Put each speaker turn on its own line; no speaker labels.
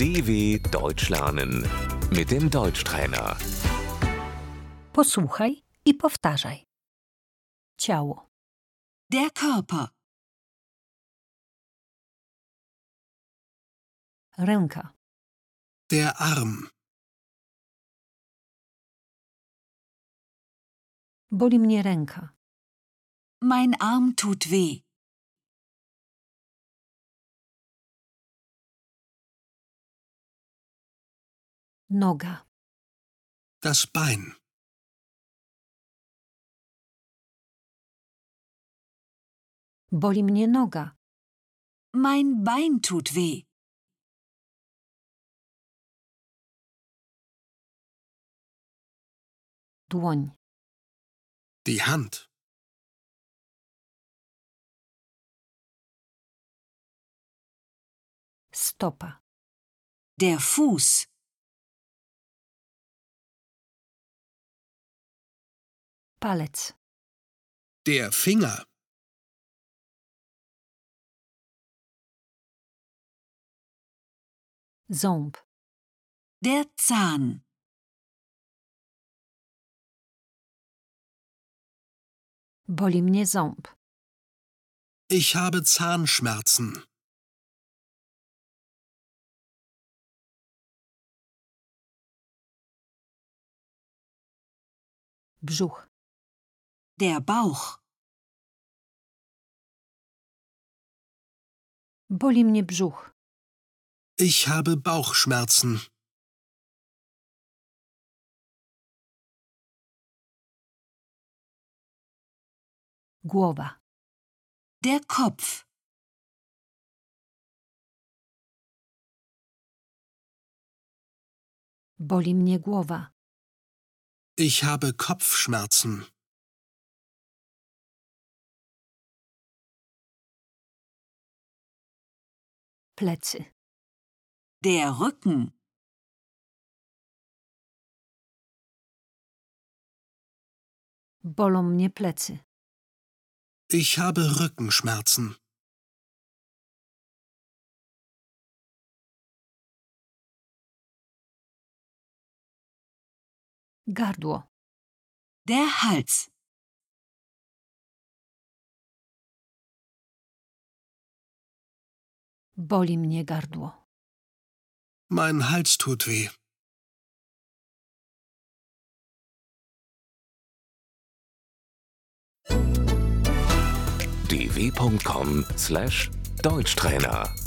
DW Deutsch lernen mit dem Deutschtrainer.
Posłuchaj i powtarzaj. Ciało,
Der Körper,
ręka,
Der Arm.
boli mnie ręka,
mein Arm tut weh,
noga,
Das Bein.
boli mnie noga,
mein Bein tut weh,
dłoń,
Die Hand.
stopa,
der Fuß,
palec,
Der Finger.
ząb,
der Zahn,
boli mnie ząb,
Ich habe Zahnschmerzen.
brzuch,
der Bauch,
boli mnie brzuch,
Ich habe Bauchschmerzen.
głowa,
der Kopf,
boli mnie głowa,
Ich habe Kopfschmerzen.
plecy,
der Rücken,
bolą mnie plecy,
Ich habe Rückenschmerzen.
gardło,
der Hals,
boli mnie gardło,
Mein Hals tut weh.
dw.com/deutschtrainer